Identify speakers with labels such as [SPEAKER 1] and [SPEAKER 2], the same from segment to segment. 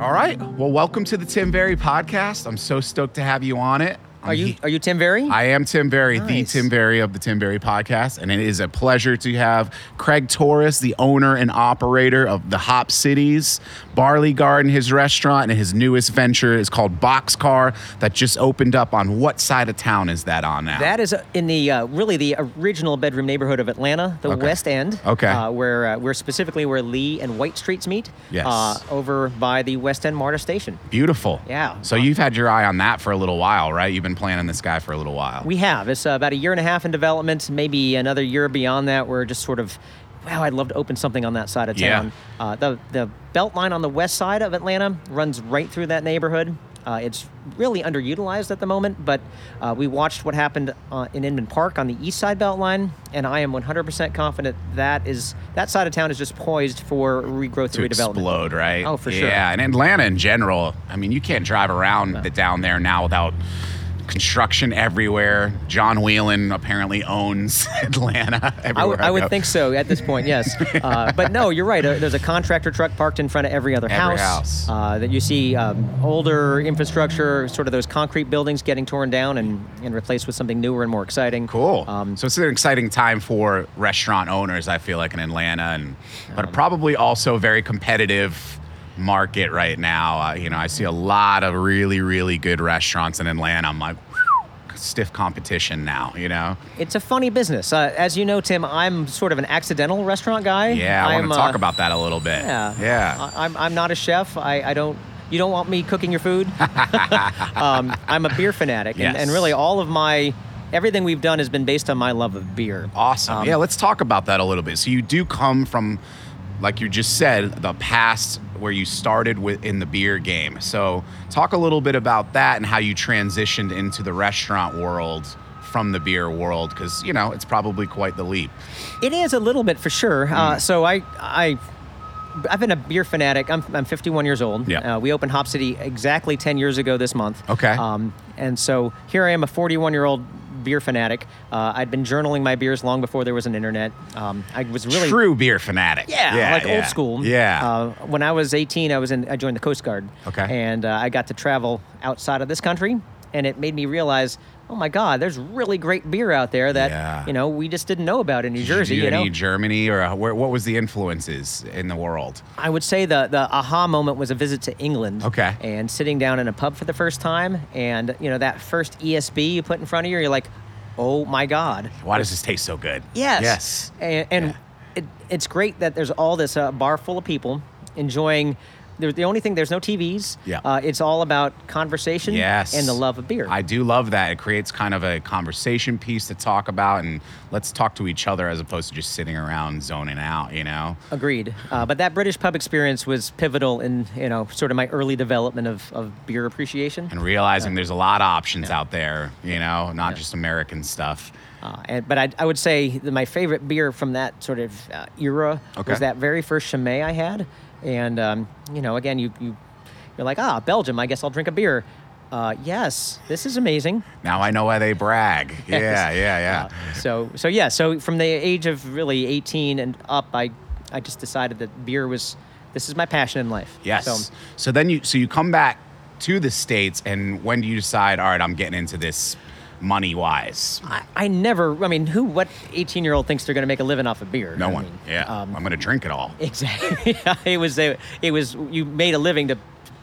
[SPEAKER 1] All right. Well, welcome to the Tim Berry podcast. I'm so stoked to have you on it. I'm
[SPEAKER 2] Are you
[SPEAKER 1] he-
[SPEAKER 2] are you Tim Berry?
[SPEAKER 1] I am Tim Berry,
[SPEAKER 2] Nice.
[SPEAKER 1] the Tim Berry of the Tim Berry podcast, and it is a pleasure to have Craig Torres, the owner and operator of the Hop Cities Barley Garden, his restaurant, and his newest venture is called Boxcar that just opened up on what side of town is that on now?
[SPEAKER 2] that is uh, in the uh, really the original bedroom neighborhood of Atlanta, the
[SPEAKER 1] Okay.
[SPEAKER 2] West End.
[SPEAKER 1] Okay.
[SPEAKER 2] uh, where uh, we're specifically where Lee and White Streets meet.
[SPEAKER 1] Yes.
[SPEAKER 2] uh, over by the West End MARTA station.
[SPEAKER 1] Beautiful.
[SPEAKER 2] Yeah.
[SPEAKER 1] So you've had your eye on that for a little while, right? You've been planning this guy for a little while.
[SPEAKER 2] We have. It's uh, about a year and a half in development, maybe another year beyond that. We're just sort of, wow, I'd love to open something on that side of
[SPEAKER 1] Yeah.
[SPEAKER 2] town. Uh, the the belt line on the west side of Atlanta runs right through that neighborhood. Uh, it's really underutilized at the moment, but uh, we watched what happened uh, in Inman Park on the east side belt line, and I am 100% confident that is that side of town is just poised for regrowth
[SPEAKER 1] to
[SPEAKER 2] and redevelopment.
[SPEAKER 1] explode, right?
[SPEAKER 2] Oh, for sure.
[SPEAKER 1] Yeah, and Atlanta in general. I mean, you can't drive around the, down there now without construction everywhere. John Whelan apparently owns Atlanta.
[SPEAKER 2] I
[SPEAKER 1] Everywhere
[SPEAKER 2] would- I would
[SPEAKER 1] go.
[SPEAKER 2] think so at this point, yes. Uh, but no, you're right. Uh, there's a contractor truck parked in front of every other
[SPEAKER 1] Every
[SPEAKER 2] house.
[SPEAKER 1] house.
[SPEAKER 2] Uh, that you see um, older infrastructure, sort of those concrete buildings getting torn down and, and replaced with something newer and more exciting.
[SPEAKER 1] Cool.
[SPEAKER 2] Um,
[SPEAKER 1] so it's an exciting time for restaurant owners. I feel like in Atlanta, and but
[SPEAKER 2] Um,
[SPEAKER 1] probably also a very competitive market right now. Uh, you know, I see a lot of really, really good restaurants in Atlanta. I'm like. Stiff competition now, you know.
[SPEAKER 2] It's a funny business. Uh, as you know, Tim, I'm sort of an accidental restaurant guy.
[SPEAKER 1] Yeah, I want
[SPEAKER 2] I'm,
[SPEAKER 1] to talk
[SPEAKER 2] uh,
[SPEAKER 1] about that a little bit.
[SPEAKER 2] Yeah.
[SPEAKER 1] yeah.
[SPEAKER 2] I, I'm, I'm not a chef. I, I don't. You don't want me cooking your food. um, I'm a beer fanatic, and,
[SPEAKER 1] Yes.
[SPEAKER 2] and really all of my everything we've done has been based on my love of beer.
[SPEAKER 1] Awesome.
[SPEAKER 2] Um,
[SPEAKER 1] yeah, let's talk about that a little bit. So you do come from, like you just said, the past where you started with in the beer game. So talk a little bit about that and how you transitioned into the restaurant world from the beer world, because you know it's probably quite the leap.
[SPEAKER 2] It is a little bit for sure. Uh,
[SPEAKER 1] Mm.
[SPEAKER 2] so I, I, I've been a beer fanatic. I'm, I'm 51 years old.
[SPEAKER 1] Yeah.
[SPEAKER 2] Uh, we opened Hop City exactly 10 years ago this month.
[SPEAKER 1] Okay.
[SPEAKER 2] Um, and so here I am, a 41 year old beer fanatic. Uh, I'd been journaling my beers long before there was an internet. Um, I was really
[SPEAKER 1] True beer fanatic.
[SPEAKER 2] Yeah, like
[SPEAKER 1] yeah.
[SPEAKER 2] old school.
[SPEAKER 1] Yeah.
[SPEAKER 2] Uh, when I was 18, I was in. I joined the Coast Guard.
[SPEAKER 1] Okay.
[SPEAKER 2] And uh, I got to travel outside of this country, and it made me realize, oh my God, there's really great beer out there that
[SPEAKER 1] Yeah.
[SPEAKER 2] you know we just didn't know about in New
[SPEAKER 1] Did
[SPEAKER 2] Jersey.
[SPEAKER 1] you,
[SPEAKER 2] You,
[SPEAKER 1] do
[SPEAKER 2] know,
[SPEAKER 1] any Germany or uh, where, what was the influences in the world?
[SPEAKER 2] I would say the the aha moment was a visit to England.
[SPEAKER 1] Okay.
[SPEAKER 2] And sitting down in a pub for the first time, and you know that first ESB you put in front of you, you're like, oh my God.
[SPEAKER 1] Why does this taste so good?
[SPEAKER 2] Yes.
[SPEAKER 1] Yes.
[SPEAKER 2] And, and it, it's great that there's all this uh, bar full of people enjoying. There's the only thing there's no TVs.
[SPEAKER 1] Yeah.
[SPEAKER 2] Uh, it's all about conversation.
[SPEAKER 1] Yes.
[SPEAKER 2] And the love of beer.
[SPEAKER 1] I do love that. It creates kind of a conversation piece to talk about and let's talk to each other as opposed to just sitting around zoning out, you know?
[SPEAKER 2] Agreed. Uh, but that British pub experience was pivotal in you know sort of my early development of, of beer appreciation.
[SPEAKER 1] And realizing there's a lot of options out there, you know, not just American stuff.
[SPEAKER 2] Uh, and, but I, I would say that my favorite beer from that sort of uh, era
[SPEAKER 1] Okay.
[SPEAKER 2] was that very first Chimay I had. And, um, you know, again, you, you, you're like, ah, Belgium, I guess I'll drink a beer. Uh, yes, this is amazing.
[SPEAKER 1] Now I know why they brag. Yeah,
[SPEAKER 2] Yes.
[SPEAKER 1] yeah, yeah.
[SPEAKER 2] Uh, so, so yeah, so from the age of really 18 and up, I, I just decided that beer was, this is my passion in life.
[SPEAKER 1] Yes. So,
[SPEAKER 2] So,
[SPEAKER 1] then you so you come back to the States and when do you decide, all right, I'm getting into this money wise?
[SPEAKER 2] I, I never, I mean, who, what 18 year old thinks they're going to make a living off of beer?
[SPEAKER 1] No
[SPEAKER 2] I
[SPEAKER 1] one.
[SPEAKER 2] mean,
[SPEAKER 1] yeah.
[SPEAKER 2] um,
[SPEAKER 1] I'm gonna drink it all.
[SPEAKER 2] Exactly. Yeah, it was a, it was you made a living to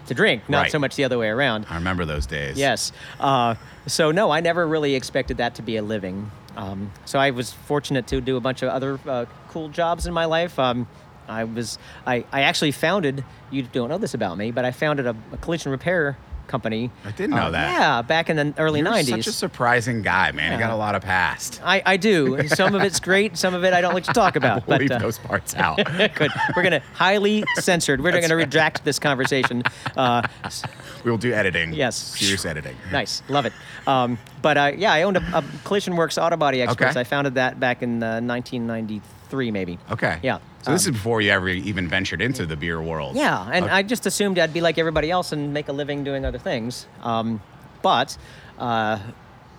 [SPEAKER 2] to drink, not
[SPEAKER 1] Right.
[SPEAKER 2] so much the other way around.
[SPEAKER 1] I remember those days.
[SPEAKER 2] Yes. Uh, so no, I never really expected that to be a living. Um, so I was fortunate to do a bunch of other uh, cool jobs in my life. Um, I was I, I actually founded you don't know this about me, but I founded a, a collision repair company.
[SPEAKER 1] I didn't know
[SPEAKER 2] uh,
[SPEAKER 1] that.
[SPEAKER 2] Yeah, back in the early
[SPEAKER 1] You're
[SPEAKER 2] 90s.
[SPEAKER 1] such a surprising guy, man. You
[SPEAKER 2] Yeah.
[SPEAKER 1] got a lot of past.
[SPEAKER 2] I, I do. Some of it's great. Some of it I don't like to talk about.
[SPEAKER 1] We'll leave
[SPEAKER 2] but, uh,
[SPEAKER 1] those parts out.
[SPEAKER 2] Good. We're gonna highly censored. We're gonna redact this conversation. Uh, s-
[SPEAKER 1] we'll do editing.
[SPEAKER 2] Yes.
[SPEAKER 1] Serious editing.
[SPEAKER 2] nice, love it. Um, but uh, yeah, I owned a, a Collision Works Auto Body Experts.
[SPEAKER 1] Okay.
[SPEAKER 2] I founded that back in uh, 1993, maybe.
[SPEAKER 1] Okay.
[SPEAKER 2] Yeah. Um,
[SPEAKER 1] So this is before you ever even ventured into the beer world. Uh,
[SPEAKER 2] Yeah, and I just assumed I'd be like everybody else and make a living doing other things. Um, but uh,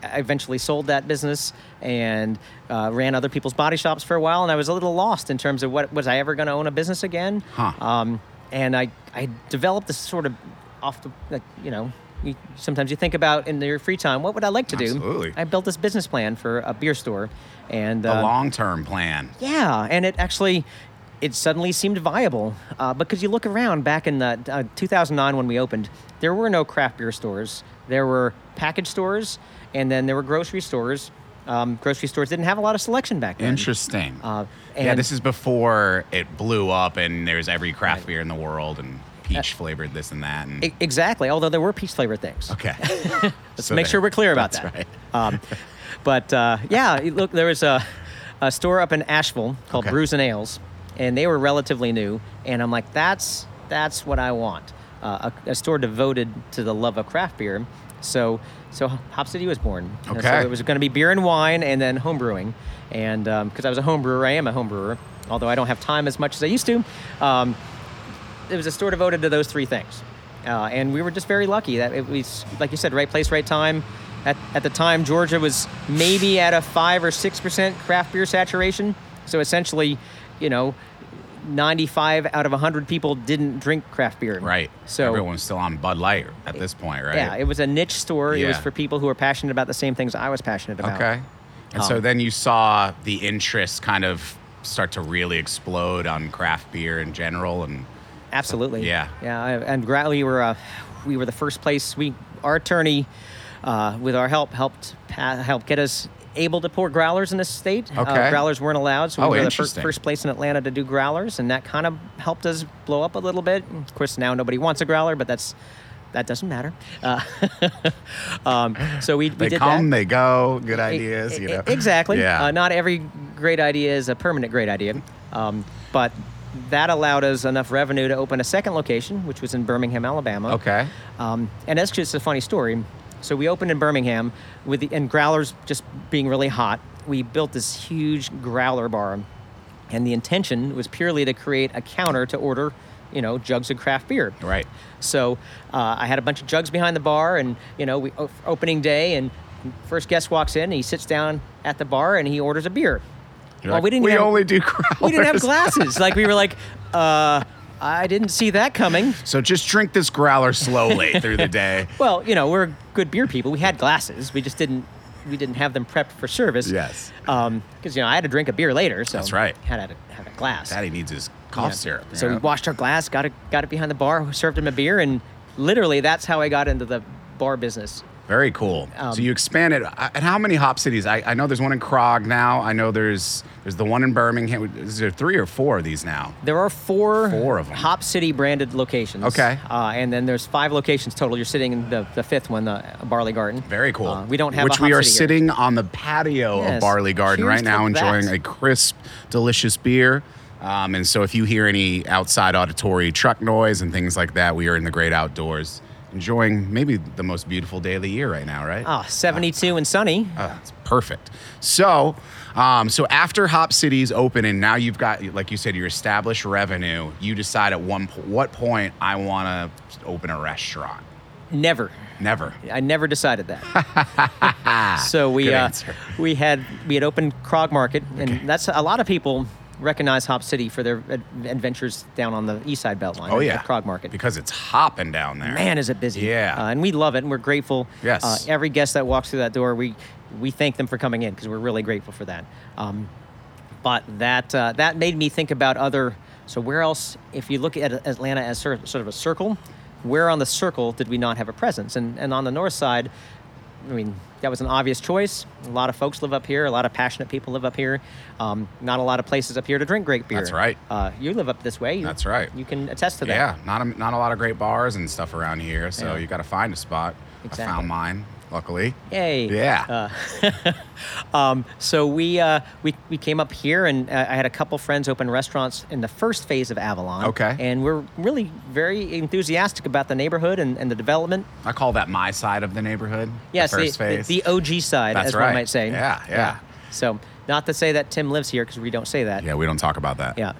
[SPEAKER 2] I eventually sold that business and uh, ran other people's body shops for a while, and I was a little lost in terms of what was I ever going to own a business again.
[SPEAKER 1] Huh.
[SPEAKER 2] Um, and I I developed this sort of off the like you know. You, sometimes you think about in your free time, what would I like to do?
[SPEAKER 1] Absolutely.
[SPEAKER 2] I built this business plan for a beer store, and
[SPEAKER 1] A
[SPEAKER 2] uh,
[SPEAKER 1] long term plan.
[SPEAKER 2] yeah, and it actually, it suddenly seemed viable uh, because you look around back in the uh, 2009 when we opened, there were no craft beer stores. There were package stores, and then there were grocery stores. Um, grocery stores didn't have a lot of selection back then.
[SPEAKER 1] Interesting.
[SPEAKER 2] Uh,
[SPEAKER 1] yeah,
[SPEAKER 2] and-
[SPEAKER 1] this is before it blew up and there's every craft beer in the world and
[SPEAKER 2] Uh,
[SPEAKER 1] peach flavored this and that. And,
[SPEAKER 2] E- exactly. Although there were peach flavored things.
[SPEAKER 1] okay.
[SPEAKER 2] Let's
[SPEAKER 1] So
[SPEAKER 2] make
[SPEAKER 1] there-
[SPEAKER 2] sure we're clear about
[SPEAKER 1] that's
[SPEAKER 2] that.
[SPEAKER 1] right.
[SPEAKER 2] Um, but uh, yeah, you look, there was a, a store up in Asheville called
[SPEAKER 1] Okay.
[SPEAKER 2] Brews and Ales, and they were relatively new. And I'm like, that's that's what I want. Uh, a, a store devoted to the love of craft beer. So so Hop City was born. And so
[SPEAKER 1] Okay.
[SPEAKER 2] it was going to be beer and wine, and then home brewing. And because I was a home brewer, I am a home brewer, although I don't have time as much as I used to. Um, it was a store devoted to those three things. Uh, and we were just very lucky that it was, like you said, right place, right time. At, at the time, Georgia was maybe at a five or six percent craft beer saturation. So essentially, you know, 95 out of 100 people didn't drink craft beer.
[SPEAKER 1] Right.
[SPEAKER 2] So
[SPEAKER 1] everyone's still on Bud Light at this point, right?
[SPEAKER 2] yeah, it was a niche store. It was
[SPEAKER 1] Yeah.
[SPEAKER 2] for people who were passionate about the same things I was Um, passionate about.
[SPEAKER 1] Okay. And so then you saw the interest kind of start to really explode on craft beer in general. And
[SPEAKER 2] Absolutely.
[SPEAKER 1] Yeah.
[SPEAKER 2] Yeah. I- And Gratley were uh, we were the first place. We our attorney, uh, with our help, helped pa- help get us able to pour growlers in this state.
[SPEAKER 1] Okay.
[SPEAKER 2] Uh, growlers weren't allowed, so we
[SPEAKER 1] Oh,
[SPEAKER 2] were the fir-
[SPEAKER 1] interesting.
[SPEAKER 2] first place in Atlanta to do growlers, and that kind of helped us blow up a little bit. Of course, now nobody wants a growler, but that's that doesn't matter. Uh, um, so we, we
[SPEAKER 1] they
[SPEAKER 2] did
[SPEAKER 1] come,
[SPEAKER 2] that.
[SPEAKER 1] they go, good
[SPEAKER 2] E-
[SPEAKER 1] ideas,
[SPEAKER 2] e-
[SPEAKER 1] you know.
[SPEAKER 2] Exactly.
[SPEAKER 1] Yeah.
[SPEAKER 2] Uh, not every great idea is a permanent great idea, um, but that allowed us enough revenue to open a second location, which was in Birmingham, Alabama.
[SPEAKER 1] okay.
[SPEAKER 2] Um, and that's just a funny story. So we opened in Birmingham with the, and growlers just being really hot. We built this huge growler bar, and the intention was purely to create a counter to order, you know, jugs of craft beer.
[SPEAKER 1] Right.
[SPEAKER 2] So uh, I had a bunch of jugs behind the bar, and you know, we o- opening day, and first guest walks in, and he sits down at the bar, and he orders a beer.
[SPEAKER 1] You're
[SPEAKER 2] Well,
[SPEAKER 1] like,
[SPEAKER 2] we didn't
[SPEAKER 1] We
[SPEAKER 2] have-
[SPEAKER 1] only do growlers.
[SPEAKER 2] We didn't have glasses. like we were like, uh, I didn't see that coming.
[SPEAKER 1] So just drink this growler slowly through the day.
[SPEAKER 2] Well, you know, we're good beer people. We had glasses. We just didn't we didn't have them prepped for service.
[SPEAKER 1] Yes.
[SPEAKER 2] Because you know I had to drink a beer later, so
[SPEAKER 1] That's right.
[SPEAKER 2] Had to have a glass.
[SPEAKER 1] Daddy needs his cough
[SPEAKER 2] Yeah.
[SPEAKER 1] syrup. you
[SPEAKER 2] So we
[SPEAKER 1] know?
[SPEAKER 2] washed our glass, got it, got it behind the bar, served him a beer, and literally that's how I got into the bar business.
[SPEAKER 1] Very cool.
[SPEAKER 2] Um,
[SPEAKER 1] so you expanded. I- And how many hop cities? I, I know there's one in Prague now. I know there's there's the one in Birmingham. Is there three or four of these now?
[SPEAKER 2] There are four,
[SPEAKER 1] Four of 'em.
[SPEAKER 2] Hop City branded locations.
[SPEAKER 1] Okay.
[SPEAKER 2] Uh, and then there's five locations total. You're sitting in the, the fifth one, the Barley Garden.
[SPEAKER 1] Very cool.
[SPEAKER 2] Uh, we don't have a
[SPEAKER 1] which we
[SPEAKER 2] Hop
[SPEAKER 1] are
[SPEAKER 2] City here.
[SPEAKER 1] sitting on the patio of
[SPEAKER 2] Yes.
[SPEAKER 1] Barley Garden
[SPEAKER 2] Cheers
[SPEAKER 1] right
[SPEAKER 2] to
[SPEAKER 1] now, enjoying
[SPEAKER 2] that.
[SPEAKER 1] a crisp, delicious beer. Um, and so if you hear any outside auditory truck noise and things like that, we are in the great outdoors, enjoying maybe the most beautiful day of the year right now. Right?
[SPEAKER 2] Ah, 72 and sunny.
[SPEAKER 1] Oh, it's perfect. So, um, so after Hop City's open, and now you've got, like you said, your established revenue. You decide at one po- what point I want to open a restaurant.
[SPEAKER 2] Never.
[SPEAKER 1] Never.
[SPEAKER 2] I never decided that. so we
[SPEAKER 1] Good
[SPEAKER 2] uh,
[SPEAKER 1] answer.
[SPEAKER 2] we had we had opened Krog Market, and that's a lot of people recognize Hop City for their ad- adventures down on the East Side Beltline.
[SPEAKER 1] Oh
[SPEAKER 2] at-
[SPEAKER 1] yeah,
[SPEAKER 2] at Krog Market.
[SPEAKER 1] because it's hopping down there.
[SPEAKER 2] Man, is it busy?
[SPEAKER 1] Yeah.
[SPEAKER 2] uh, and we love it, and we're grateful.
[SPEAKER 1] Yes.
[SPEAKER 2] uh, every guest that walks through that door, we we thank them for coming in because we're really grateful for that. Um, but that uh, that made me think about other. So where else, if you look at Atlanta as sort of, sort of a circle, where on the circle did we not have a presence? And and on the north side, I mean that was an obvious choice. A lot of folks live up here. A lot of passionate people live up here. Um, not a lot of places up here to drink great beer.
[SPEAKER 1] That's right.
[SPEAKER 2] Uh, you live up this way. You-
[SPEAKER 1] That's right.
[SPEAKER 2] You can attest to that.
[SPEAKER 1] yeah, not a, not a lot of great bars and stuff around here, so
[SPEAKER 2] Yeah.
[SPEAKER 1] you got to find a spot.
[SPEAKER 2] Exactly.
[SPEAKER 1] I found mine, luckily.
[SPEAKER 2] Yay.
[SPEAKER 1] Yeah.
[SPEAKER 2] Um, so we, uh, we we came up here, and uh, I had a couple friends open restaurants in the first phase of Avalon.
[SPEAKER 1] Okay.
[SPEAKER 2] And we're really very enthusiastic about the neighborhood and, and the development.
[SPEAKER 1] I call that my side of the neighborhood.
[SPEAKER 2] Yes,
[SPEAKER 1] the first phase.
[SPEAKER 2] The, OG side,
[SPEAKER 1] That's
[SPEAKER 2] as
[SPEAKER 1] right.
[SPEAKER 2] one might say.
[SPEAKER 1] Yeah, yeah,
[SPEAKER 2] So not to say that Tim lives here because we don't say that.
[SPEAKER 1] yeah. We don't talk about that.
[SPEAKER 2] Yeah.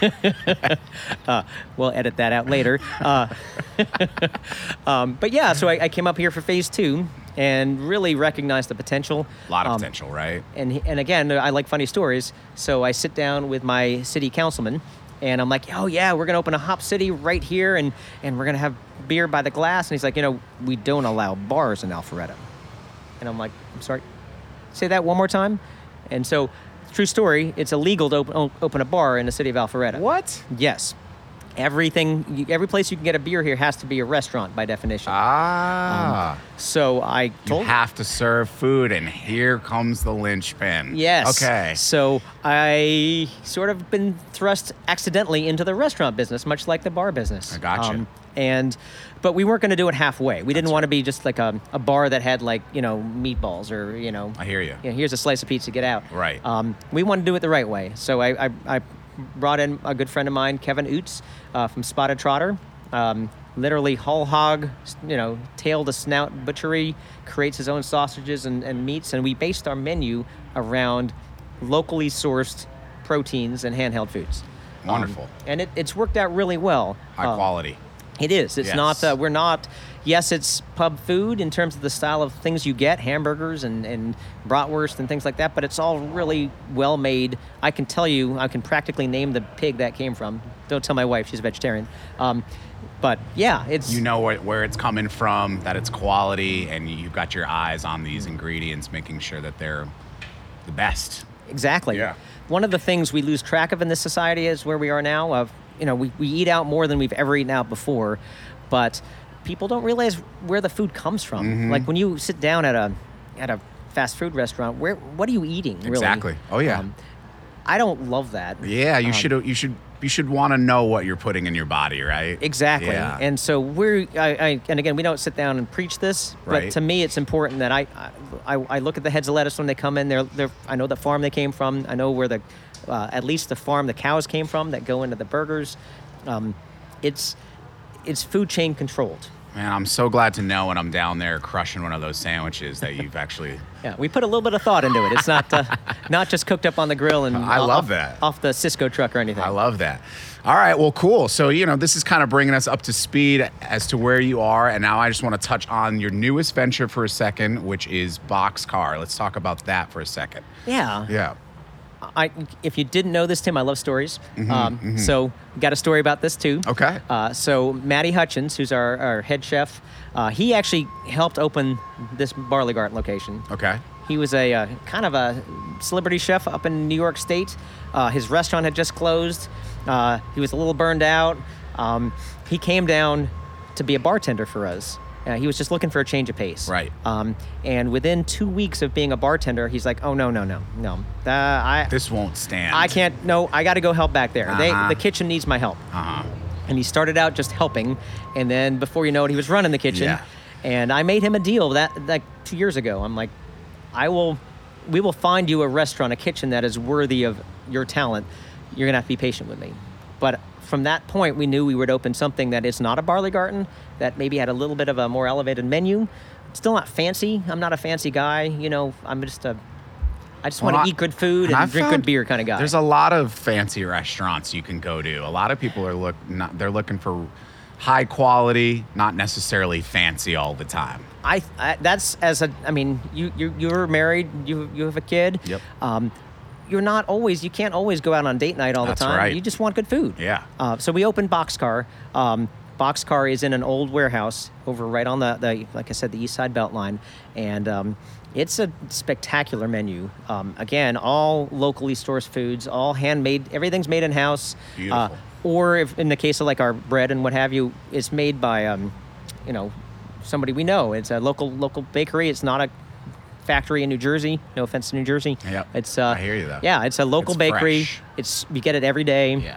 [SPEAKER 2] Uh, we'll edit that out later. Uh, um, but yeah, so I, I came up here for phase two and really recognized the potential.
[SPEAKER 1] A lot of
[SPEAKER 2] Um,
[SPEAKER 1] potential, right?
[SPEAKER 2] and and again, I like funny stories. So I sit down with my city councilman, And I'm like, oh yeah, we're gonna open a Hop City right here, and and we're gonna have beer by the glass. And he's like, you know, we don't allow bars in Alpharetta. And I'm like, I'm sorry, say that one more time. And so, true story, it's illegal to open, open a bar in the city of Alpharetta.
[SPEAKER 1] What?
[SPEAKER 2] Yes. Everything, you- every place you can get a beer here has to be a restaurant by definition.
[SPEAKER 1] Ah.
[SPEAKER 2] so I
[SPEAKER 1] you
[SPEAKER 2] Um, told
[SPEAKER 1] have to serve food, and here comes the linchpin.
[SPEAKER 2] Yes.
[SPEAKER 1] Okay.
[SPEAKER 2] So I sort of been thrust accidentally into the restaurant business, much like the bar business. Um,
[SPEAKER 1] I gotcha.
[SPEAKER 2] and but we weren't going to do it halfway. We didn't want to be just like a, a bar that had like you know meatballs or you know.
[SPEAKER 1] I hear you.
[SPEAKER 2] know, here's a slice of pizza. Get out.
[SPEAKER 1] Right.
[SPEAKER 2] Um, we wanted to do it the right way. So I, I, I brought in a good friend of mine, Kevin Oots, uh, from Spotted Trotter. Um, literally whole hog, s- you know, tail to snout butchery, creates his own sausages and, and meats. And we based our menu around locally sourced proteins and handheld foods. Um,
[SPEAKER 1] Wonderful.
[SPEAKER 2] and it, it's worked out really well.
[SPEAKER 1] High
[SPEAKER 2] Um,
[SPEAKER 1] quality.
[SPEAKER 2] it is. It's not.
[SPEAKER 1] Yes.
[SPEAKER 2] Uh, we're not. Yes, it's pub food in terms of the style of things you get, hamburgers and and bratwurst and things like that. But it's all really well made. I can tell you. I can practically name the pig that came from. Don't tell my wife; she's a vegetarian. Um, but yeah, it's
[SPEAKER 1] You know where, where it's coming from, that it's quality, and you've got your eyes on these
[SPEAKER 2] Mm.
[SPEAKER 1] ingredients, making sure that they're the best.
[SPEAKER 2] Exactly.
[SPEAKER 1] Yeah.
[SPEAKER 2] One of the things we lose track of in this society is where we are now. Of you know, we, we eat out more than we've ever eaten out before, but people don't realize where the food comes from.
[SPEAKER 1] Mm-hmm.
[SPEAKER 2] Like when you sit down at a at a fast food restaurant, where what are you eating? Really? Um,
[SPEAKER 1] Exactly. Oh, yeah.
[SPEAKER 2] I don't love that.
[SPEAKER 1] Yeah,
[SPEAKER 2] Um,
[SPEAKER 1] you should you should you should want to know what you're putting in your body, right?
[SPEAKER 2] Exactly.
[SPEAKER 1] Yeah.
[SPEAKER 2] And so we're, I, I, and again, we don't sit down and preach this,
[SPEAKER 1] Right.
[SPEAKER 2] but to me, it's important that I, I, I look at the heads of lettuce when they come in. They're, they're, I know the farm they came from. I know where the, uh, at least the farm the cows came from that go into the burgers. Um, it's, it's food chain controlled.
[SPEAKER 1] Man, I'm so glad to know when I'm down there crushing one of those sandwiches that you've actually.
[SPEAKER 2] Yeah, we put a little bit of thought into it. It's not, uh, not just cooked up on the grill and
[SPEAKER 1] I love
[SPEAKER 2] off,
[SPEAKER 1] that.
[SPEAKER 2] off the Cisco truck or anything.
[SPEAKER 1] I love that. All right, well, cool. So, you know, this is kind of bringing us up to speed as to where you are. And now I just want to touch on your newest venture for a second, which is Boxcar. Let's talk about that for a second.
[SPEAKER 2] yeah.
[SPEAKER 1] Yeah.
[SPEAKER 2] I, if you didn't know this, Tim, I love stories. um, So, got a story about this too.
[SPEAKER 1] Mm-hmm, Okay.
[SPEAKER 2] Uh, so, Matty Hutchins, who's our, our head chef, uh, he actually helped open this Barley Garden location.
[SPEAKER 1] Okay.
[SPEAKER 2] He was a uh, kind of a celebrity chef up in New York State. Uh, his restaurant had just closed. Uh, he was a little burned out. Um, he came down to be a bartender for us. Uh, he was just looking for a change of pace.
[SPEAKER 1] Right.
[SPEAKER 2] Um, and within two weeks of being a bartender, he's like, "Oh no, no, no, no! Uh, I
[SPEAKER 1] This won't stand.
[SPEAKER 2] I can't. No, I got to go help back there.
[SPEAKER 1] Uh-huh.
[SPEAKER 2] They, the kitchen needs my help.
[SPEAKER 1] Uh huh.
[SPEAKER 2] And he started out just helping, and then before you know it, he was running the kitchen.
[SPEAKER 1] Yeah.
[SPEAKER 2] And I made him a deal that like two years ago. I'm like, I will, we will find you a restaurant, a kitchen that is worthy of your talent. You're gonna have to be patient with me. But from that point, we knew we would open something that is not a barley garden, that maybe had a little bit of a more elevated menu. Still not fancy. I'm not a fancy guy. You know, I'm just a. I just want
[SPEAKER 1] Well, I-
[SPEAKER 2] to eat good food and
[SPEAKER 1] I've
[SPEAKER 2] drink
[SPEAKER 1] found
[SPEAKER 2] good beer kind of guy.
[SPEAKER 1] There's a lot of fancy restaurants you can go to. A lot of people are look not, they're looking for high quality, not necessarily fancy all the time.
[SPEAKER 2] I, I that's as a I mean you you you're married you you have a kid
[SPEAKER 1] Yep.
[SPEAKER 2] um, you're not always you can't always go out on date night all
[SPEAKER 1] That's
[SPEAKER 2] the time
[SPEAKER 1] right.
[SPEAKER 2] you just want good food
[SPEAKER 1] Yeah.
[SPEAKER 2] uh, so we opened Boxcar um, Boxcar is in an old warehouse over right on the, the like I said the East Side Beltline and um, it's a spectacular menu um, again all locally sourced foods all handmade everything's made in house
[SPEAKER 1] Beautiful.
[SPEAKER 2] Uh, or if in the case of like our bread and what have you, it's made by um, you know somebody we know. It's a local local bakery. It's not a factory in New Jersey. No offense to New Jersey.
[SPEAKER 1] Yep.
[SPEAKER 2] It's uh,
[SPEAKER 1] I hear you, though.
[SPEAKER 2] Yeah, it's a local
[SPEAKER 1] It's
[SPEAKER 2] bakery.
[SPEAKER 1] fresh.
[SPEAKER 2] It's you get it every day.
[SPEAKER 1] Yeah.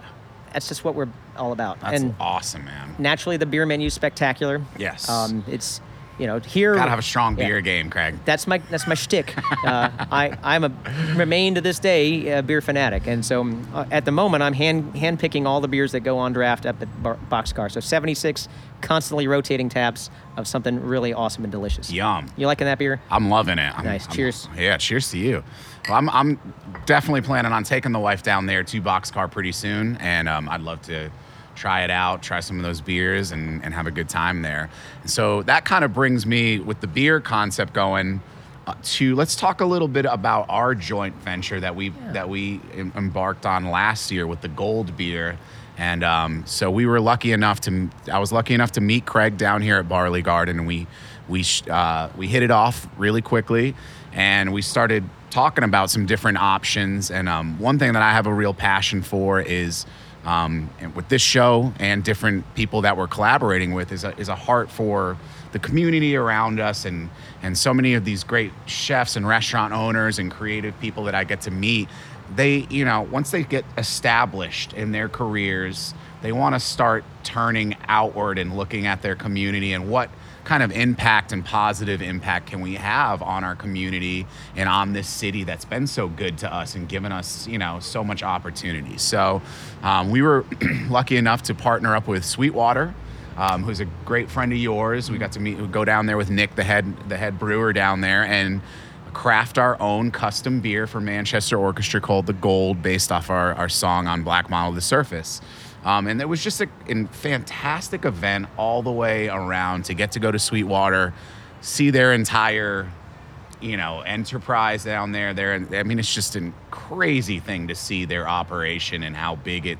[SPEAKER 2] That's just what we're all about.
[SPEAKER 1] That's
[SPEAKER 2] and
[SPEAKER 1] awesome, man.
[SPEAKER 2] naturally, the beer menu's spectacular.
[SPEAKER 1] Yes.
[SPEAKER 2] Um, it's you know here
[SPEAKER 1] Gotta have a strong
[SPEAKER 2] Yeah
[SPEAKER 1] beer game, Craig.
[SPEAKER 2] that's my that's my shtick. Uh, I I'm a remain to this day a beer fanatic, and so um, uh, at the moment I'm hand hand picking all the beers that go on draft up at Bar- Boxcar. So 76 constantly rotating taps of something really awesome and delicious.
[SPEAKER 1] Yum. Uh,
[SPEAKER 2] You liking that beer?
[SPEAKER 1] I'm loving it. I'm-
[SPEAKER 2] Nice.
[SPEAKER 1] I'm-
[SPEAKER 2] Cheers.
[SPEAKER 1] yeah, cheers to you. Well, I'm, I'm definitely planning on taking the wife down there to Boxcar pretty soon, and um, I'd love to try it out, try some of those beers, and, and have a good time there. And so that kind of brings me with the beer concept going uh, to let's talk a little bit about our joint venture that we that we em- embarked on last year with the Gold Beer. And um, so we were lucky enough to. I was lucky enough to meet Craig down here at Barley Garden, and we we sh- uh, we hit it off really quickly, and we started talking about some different options. And um, one thing that I have a real passion for is um, and with this show and different people that we're collaborating with is a, is a heart for the community around us and and so many of these great chefs and restaurant owners and creative people that I get to meet they you know once they get established in their careers they want to start turning outward and looking at their community and what kind of impact and positive impact can we have on our community and on this city that's been so good to us and given us you know so much opportunity so um, we were lucky enough to partner up with sweetwater um, who's a great friend of yours we got to meet go down there with nick the head the head brewer down there and craft our own custom beer for Manchester Orchestra called the Gold, based off our, our song on Black Model of the Surface. Um, and it was just a, a fantastic event all the way around to get to go to Sweetwater, see their entire, you know, enterprise down there. There, I mean, it's just a crazy thing to see their operation and how big it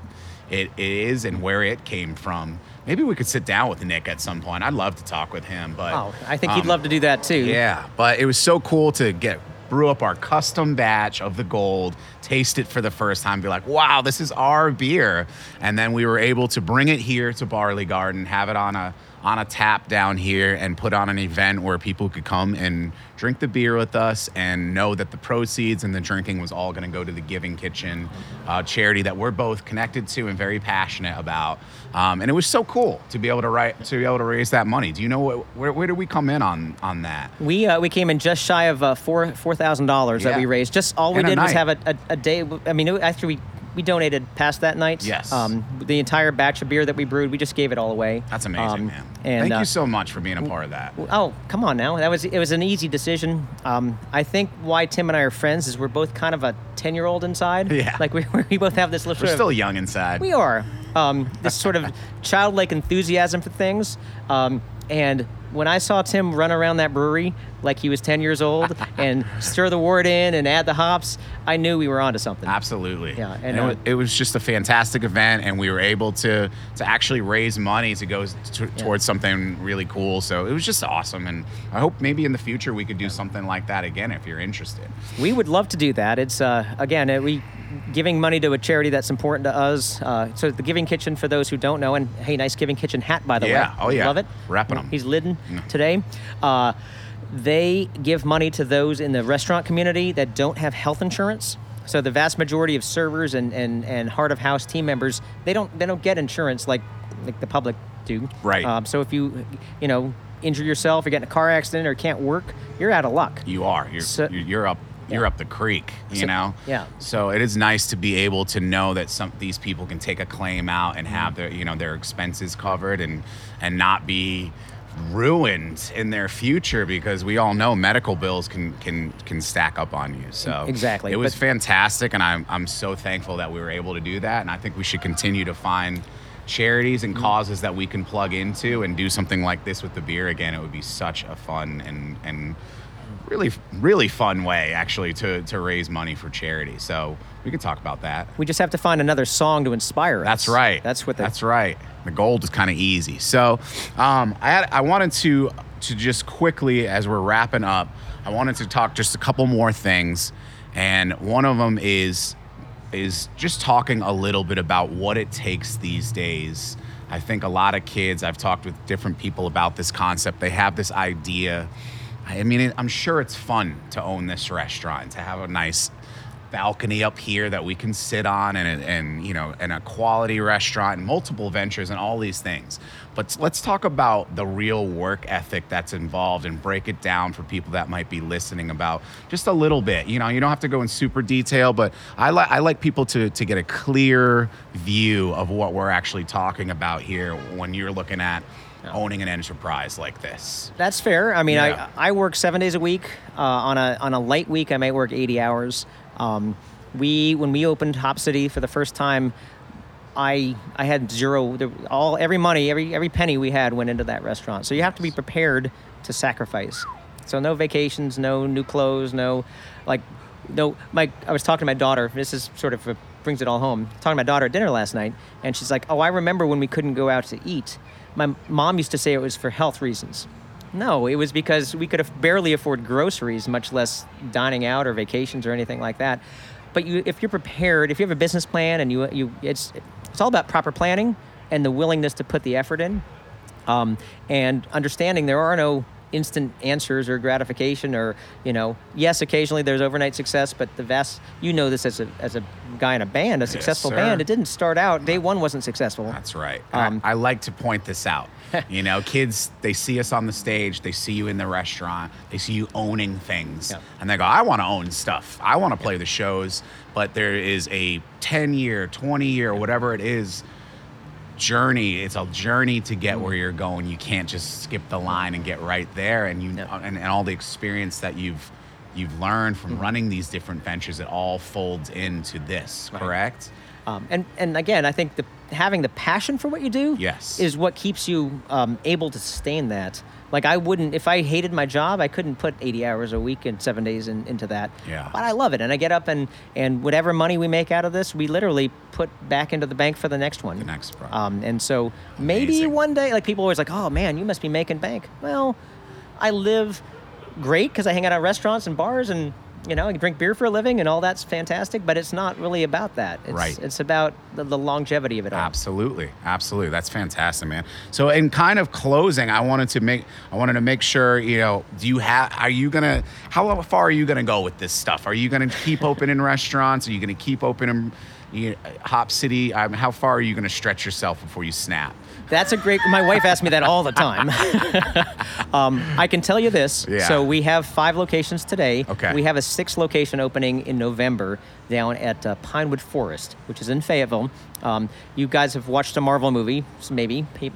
[SPEAKER 1] it is and where it came from. Maybe we could sit down with Nick at some point. I'd love to talk with him, but
[SPEAKER 2] Oh, I think he'd
[SPEAKER 1] um,
[SPEAKER 2] love to do that too.
[SPEAKER 1] yeah, but it was so cool to get brew up our custom batch of the gold, taste it for the first time, be like, "Wow, this is our beer." And then we were able to bring it here to Barley Garden, have it on a on a tap down here and put on an event where people could come and drink the beer with us and know that the proceeds and the drinking was all going to go to the Giving Kitchen uh, charity that we're both connected to and very passionate about. Um, and it was so cool to be able to write to be able to raise that money. Do you know what, where where do we come in on on that?
[SPEAKER 2] We uh, we came in just shy of uh, four four thousand dollars that
[SPEAKER 1] Yeah.
[SPEAKER 2] we raised. Just all we
[SPEAKER 1] In a
[SPEAKER 2] did was
[SPEAKER 1] night.
[SPEAKER 2] have a, a, a day. I mean, it- after we we donated past that night.
[SPEAKER 1] Yes.
[SPEAKER 2] Um, the entire batch of beer that we brewed, we just gave it all away.
[SPEAKER 1] That's amazing,
[SPEAKER 2] Um,
[SPEAKER 1] man.
[SPEAKER 2] And
[SPEAKER 1] Thank
[SPEAKER 2] uh,
[SPEAKER 1] you so much for being a part of that.
[SPEAKER 2] Oh, come on now. That was it was an easy decision. Um, I think why Tim and I are friends is we're both kind of a ten year old inside.
[SPEAKER 1] Yeah.
[SPEAKER 2] Like we, we both have this little
[SPEAKER 1] We're
[SPEAKER 2] sort of-
[SPEAKER 1] still young inside.
[SPEAKER 2] we are. Um, this sort of childlike enthusiasm for things. Um, and when I saw Tim run around that brewery like he was 10 years old and stir the wort in and add the hops, I knew we were onto something.
[SPEAKER 1] Absolutely.
[SPEAKER 2] Yeah,
[SPEAKER 1] And,
[SPEAKER 2] and,
[SPEAKER 1] it, wa-
[SPEAKER 2] uh,
[SPEAKER 1] it was just a fantastic event, and we were able to to actually raise money to go s- t- towards something really cool. So it was just awesome, and I hope maybe in the future we could do something like that again if you're interested.
[SPEAKER 2] We would love to do that. It's uh, again, uh, we giving money to a charity that's important to us. Uh, so the Giving Kitchen, for those who don't know, and hey, nice Giving Kitchen hat by the
[SPEAKER 1] Yeah.
[SPEAKER 2] way.
[SPEAKER 1] Oh, yeah.
[SPEAKER 2] love it. Mm,
[SPEAKER 1] Repping 'em.
[SPEAKER 2] He's lidden today. Uh, they give money to those in the restaurant community that don't have health insurance. So the vast majority of servers and, and, and heart of house team members, they don't they don't get insurance like like the public do.
[SPEAKER 1] Right.
[SPEAKER 2] Um, so if you you know injure yourself or get in a car accident or can't work, you're out of luck.
[SPEAKER 1] You are. You're
[SPEAKER 2] So-
[SPEAKER 1] you're, you're up. You're up the creek, you
[SPEAKER 2] So-
[SPEAKER 1] know.
[SPEAKER 2] yeah.
[SPEAKER 1] So it is nice to be able to know that some these people can take a claim out and
[SPEAKER 2] Mm.
[SPEAKER 1] have their you know their expenses covered and and not be ruined in their future because we all know medical bills can can can stack up on you. So
[SPEAKER 2] Exactly,
[SPEAKER 1] it was
[SPEAKER 2] but-
[SPEAKER 1] fantastic, and I'm I'm so thankful that we were able to do that, and I think we should continue to find charities
[SPEAKER 2] Mm.
[SPEAKER 1] and causes that we can plug into and do something like this with the beer again. It would be such a fun and and really really fun way actually to to raise money for charity. So we can talk about that.
[SPEAKER 2] We just have to find another song to inspire us.
[SPEAKER 1] That's right.
[SPEAKER 2] That's what the,
[SPEAKER 1] That's right. The gold is kind of easy. So, um, I had, I wanted to to just quickly as we're wrapping up, I wanted to talk just a couple more things, and one of them is is just talking a little bit about what it takes these days. I think a lot of kids. I've talked with different people about this concept. They have this idea. I mean, it- I'm sure it's fun to own this restaurant, to have a nice balcony up here that we can sit on and, and you know and a quality restaurant and multiple ventures and all these things but let's talk about the real work ethic that's involved and break it down for people that might be listening about just a little bit you know you don't have to go in super detail but i, li- I like people to, to get a clear view of what we're actually talking about here when you're looking at owning an enterprise like this
[SPEAKER 2] that's fair. I mean,
[SPEAKER 1] Yeah.
[SPEAKER 2] I I work seven days a week. Uh, on a on a light week, I might work eighty hours. Um, we when we opened Hop City for the first time, I I had zero. there- All every money, every every penny we had went into that restaurant. So you have to be prepared to sacrifice. So no vacations, no new clothes, no like no my I was talking to my daughter. This is sort of uh brings it all home. Talking to my daughter at dinner last night and she's like, "Oh, I remember when we couldn't go out to eat. My mom used to say it was for health reasons." No, it was because we could have barely afford groceries, much less dining out or vacations or anything like that. But you, if you're prepared, if you have a business plan and you, you it's, it's all about proper planning and the willingness to put the effort in um, and understanding there are no instant answers or gratification or you know yes occasionally there's overnight success but the vast you know this as a as a guy in a band a successful
[SPEAKER 1] sir.
[SPEAKER 2] band it didn't start out day one wasn't successful
[SPEAKER 1] That's right. And I, I like to point this out. you know, kids, they see us on the stage, they see you in the restaurant, they see you owning things,
[SPEAKER 2] Yeah.
[SPEAKER 1] and they go, I want to own stuff. I want to play the shows. But there is a 10 year, 20 year, whatever it is, journey. It's a journey to get where you're going. You can't just skip the line and get right there. And you uh, and, and all the experience that you've you've learned from running these different ventures, it all folds into this, correct?
[SPEAKER 2] Um, and and again, I think the having the passion for what you do
[SPEAKER 1] Yes.
[SPEAKER 2] is what keeps you um, able to sustain that. Like I wouldn't if I hated my job, I couldn't put 80 hours a week and seven days in, into that.
[SPEAKER 1] Yeah.
[SPEAKER 2] But I love it, and I get up and and whatever money we make out of this, we literally put back into the bank for the next one.
[SPEAKER 1] The next project.
[SPEAKER 2] Um, and so maybe
[SPEAKER 1] Amazing.
[SPEAKER 2] one day, like people always like, oh man, you must be making bank. Well, I live great because I hang out at restaurants and bars and you know, I drink beer for a living and all that's fantastic, but it's not really about that. It's,
[SPEAKER 1] Right.
[SPEAKER 2] It's about the, the longevity of it all.
[SPEAKER 1] Absolutely, absolutely. That's fantastic, man. So, in kind of closing, I wanted to make I wanted to make sure you know, do you have? Are you gonna? How far are you gonna go with this stuff? Are you gonna keep opening restaurants? Are you gonna keep opening you, Hop City? Um, how far are you gonna stretch yourself before you snap?
[SPEAKER 2] That's a great. My wife asks me that all the time. um, I can tell you this.
[SPEAKER 1] Yeah.
[SPEAKER 2] So we have five locations today.
[SPEAKER 1] Okay.
[SPEAKER 2] We have a sixth location opening in November down at uh, Pinewood Forest, which is in Fayetteville. Um, you guys have watched a Marvel movie, s- maybe. Pe-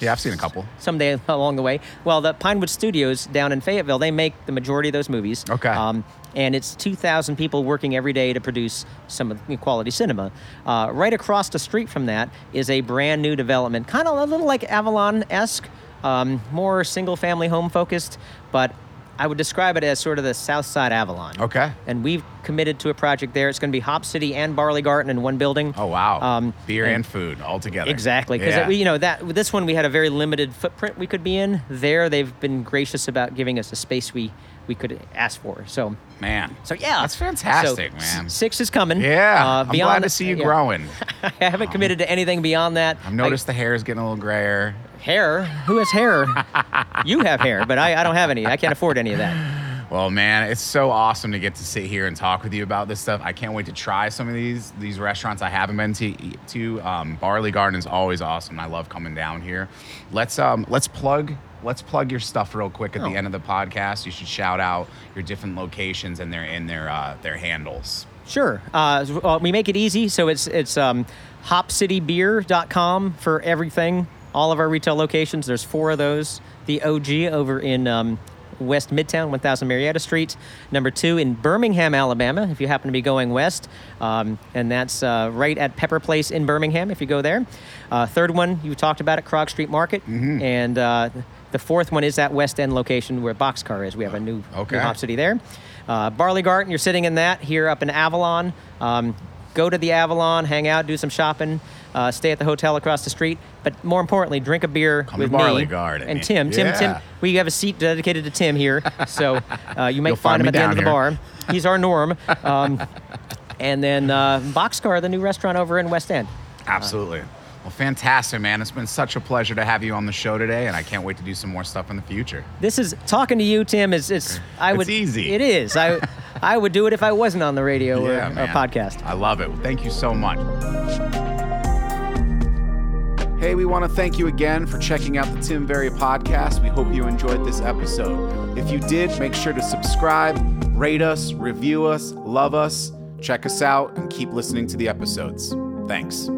[SPEAKER 1] Yeah, I've seen a couple.
[SPEAKER 2] Someday along the way. Well, the Pinewood Studios down in Fayetteville, they make the majority of those movies.
[SPEAKER 1] Okay.
[SPEAKER 2] Um, and it's 2,000 people working every day to produce some of the quality cinema. Uh, right across the street from that is a brand new development, kind of a little like Avalon esque, um, more single family home focused, but I would describe it as sort of the South Side Avalon.
[SPEAKER 1] Okay.
[SPEAKER 2] And we've committed to a project there. It's going to be Hop City and Barley Garden in one building.
[SPEAKER 1] Oh wow!
[SPEAKER 2] Um,
[SPEAKER 1] Beer
[SPEAKER 2] and-
[SPEAKER 1] and, food all together.
[SPEAKER 2] Exactly, because
[SPEAKER 1] Yeah.
[SPEAKER 2] you know that with this one we had a very limited footprint we could be in. There, they've been gracious about giving us a space we we could ask for. So,
[SPEAKER 1] man.
[SPEAKER 2] so yeah,
[SPEAKER 1] that's
[SPEAKER 2] So
[SPEAKER 1] fantastic,
[SPEAKER 2] s-
[SPEAKER 1] man.
[SPEAKER 2] Six is coming.
[SPEAKER 1] yeah,
[SPEAKER 2] Uh,
[SPEAKER 1] I'm glad
[SPEAKER 2] beyond-
[SPEAKER 1] to see you
[SPEAKER 2] yeah.
[SPEAKER 1] growing.
[SPEAKER 2] I haven't committed to anything beyond that.
[SPEAKER 1] I've noticed the hair is getting a little grayer.
[SPEAKER 2] Like, hair. Who has hair? you have hair, but I, I don't have any. I can't afford any of that.
[SPEAKER 1] Well, man, it's so awesome to get to sit here and talk with you about this stuff. I can't wait to try some of these these restaurants I haven't been to. To um, Barley Garden is always awesome. I love coming down here. Let's um let's plug let's plug your stuff real quick at
[SPEAKER 2] Oh.
[SPEAKER 1] the end of the podcast. You should shout out your different locations and their and their uh, their handles.
[SPEAKER 2] Sure. Uh, so, well, we make it easy, so it's it's um, hopcitybeer.com for everything. All of our retail locations. There's four of those. The OG over in um, West Midtown, 1000 Marietta Street. Number two in Birmingham, Alabama. If you happen to be going west, um, and that's uh, right at Pepper Place in Birmingham. If you go there. Uh, third one you talked about at Crog Street Market, and uh, the fourth one is that West End location where Boxcar is. We have a new,
[SPEAKER 1] Okay.
[SPEAKER 2] new Hop City City there. Uh, Barley Garden, you're sitting in that here up in Avalon. Um, go to the Avalon, hang out, do some shopping, uh, stay at the hotel across the street. But more importantly, drink a beer
[SPEAKER 1] Come to
[SPEAKER 2] with
[SPEAKER 1] Barley
[SPEAKER 2] me
[SPEAKER 1] Garden.
[SPEAKER 2] and Tim. Tim, Tim,
[SPEAKER 1] Yeah.
[SPEAKER 2] we have a seat dedicated to Tim here, so uh, you
[SPEAKER 1] You'll
[SPEAKER 2] might
[SPEAKER 1] find
[SPEAKER 2] find him
[SPEAKER 1] me
[SPEAKER 2] at the end of
[SPEAKER 1] down
[SPEAKER 2] the bar. He's our norm. Um, and then uh, Boxcar, the new restaurant over in West End.
[SPEAKER 1] Absolutely. Well, fantastic, man. It's been such a pleasure to have you on the show today, and I can't wait to do some more stuff in the future.
[SPEAKER 2] This is talking to you, Tim. Is it's I
[SPEAKER 1] It's
[SPEAKER 2] would
[SPEAKER 1] easy.
[SPEAKER 2] It is. I I would do it if I wasn't on the radio
[SPEAKER 1] Yeah,
[SPEAKER 2] or a
[SPEAKER 1] man.
[SPEAKER 2] podcast.
[SPEAKER 1] I love it. Well, thank you so much. Hey, we want to thank you again for checking out the Tim Very podcast. We hope you enjoyed this episode. If you did, make sure to subscribe, rate us, review us, love us, check us out, and keep listening to the episodes. Thanks.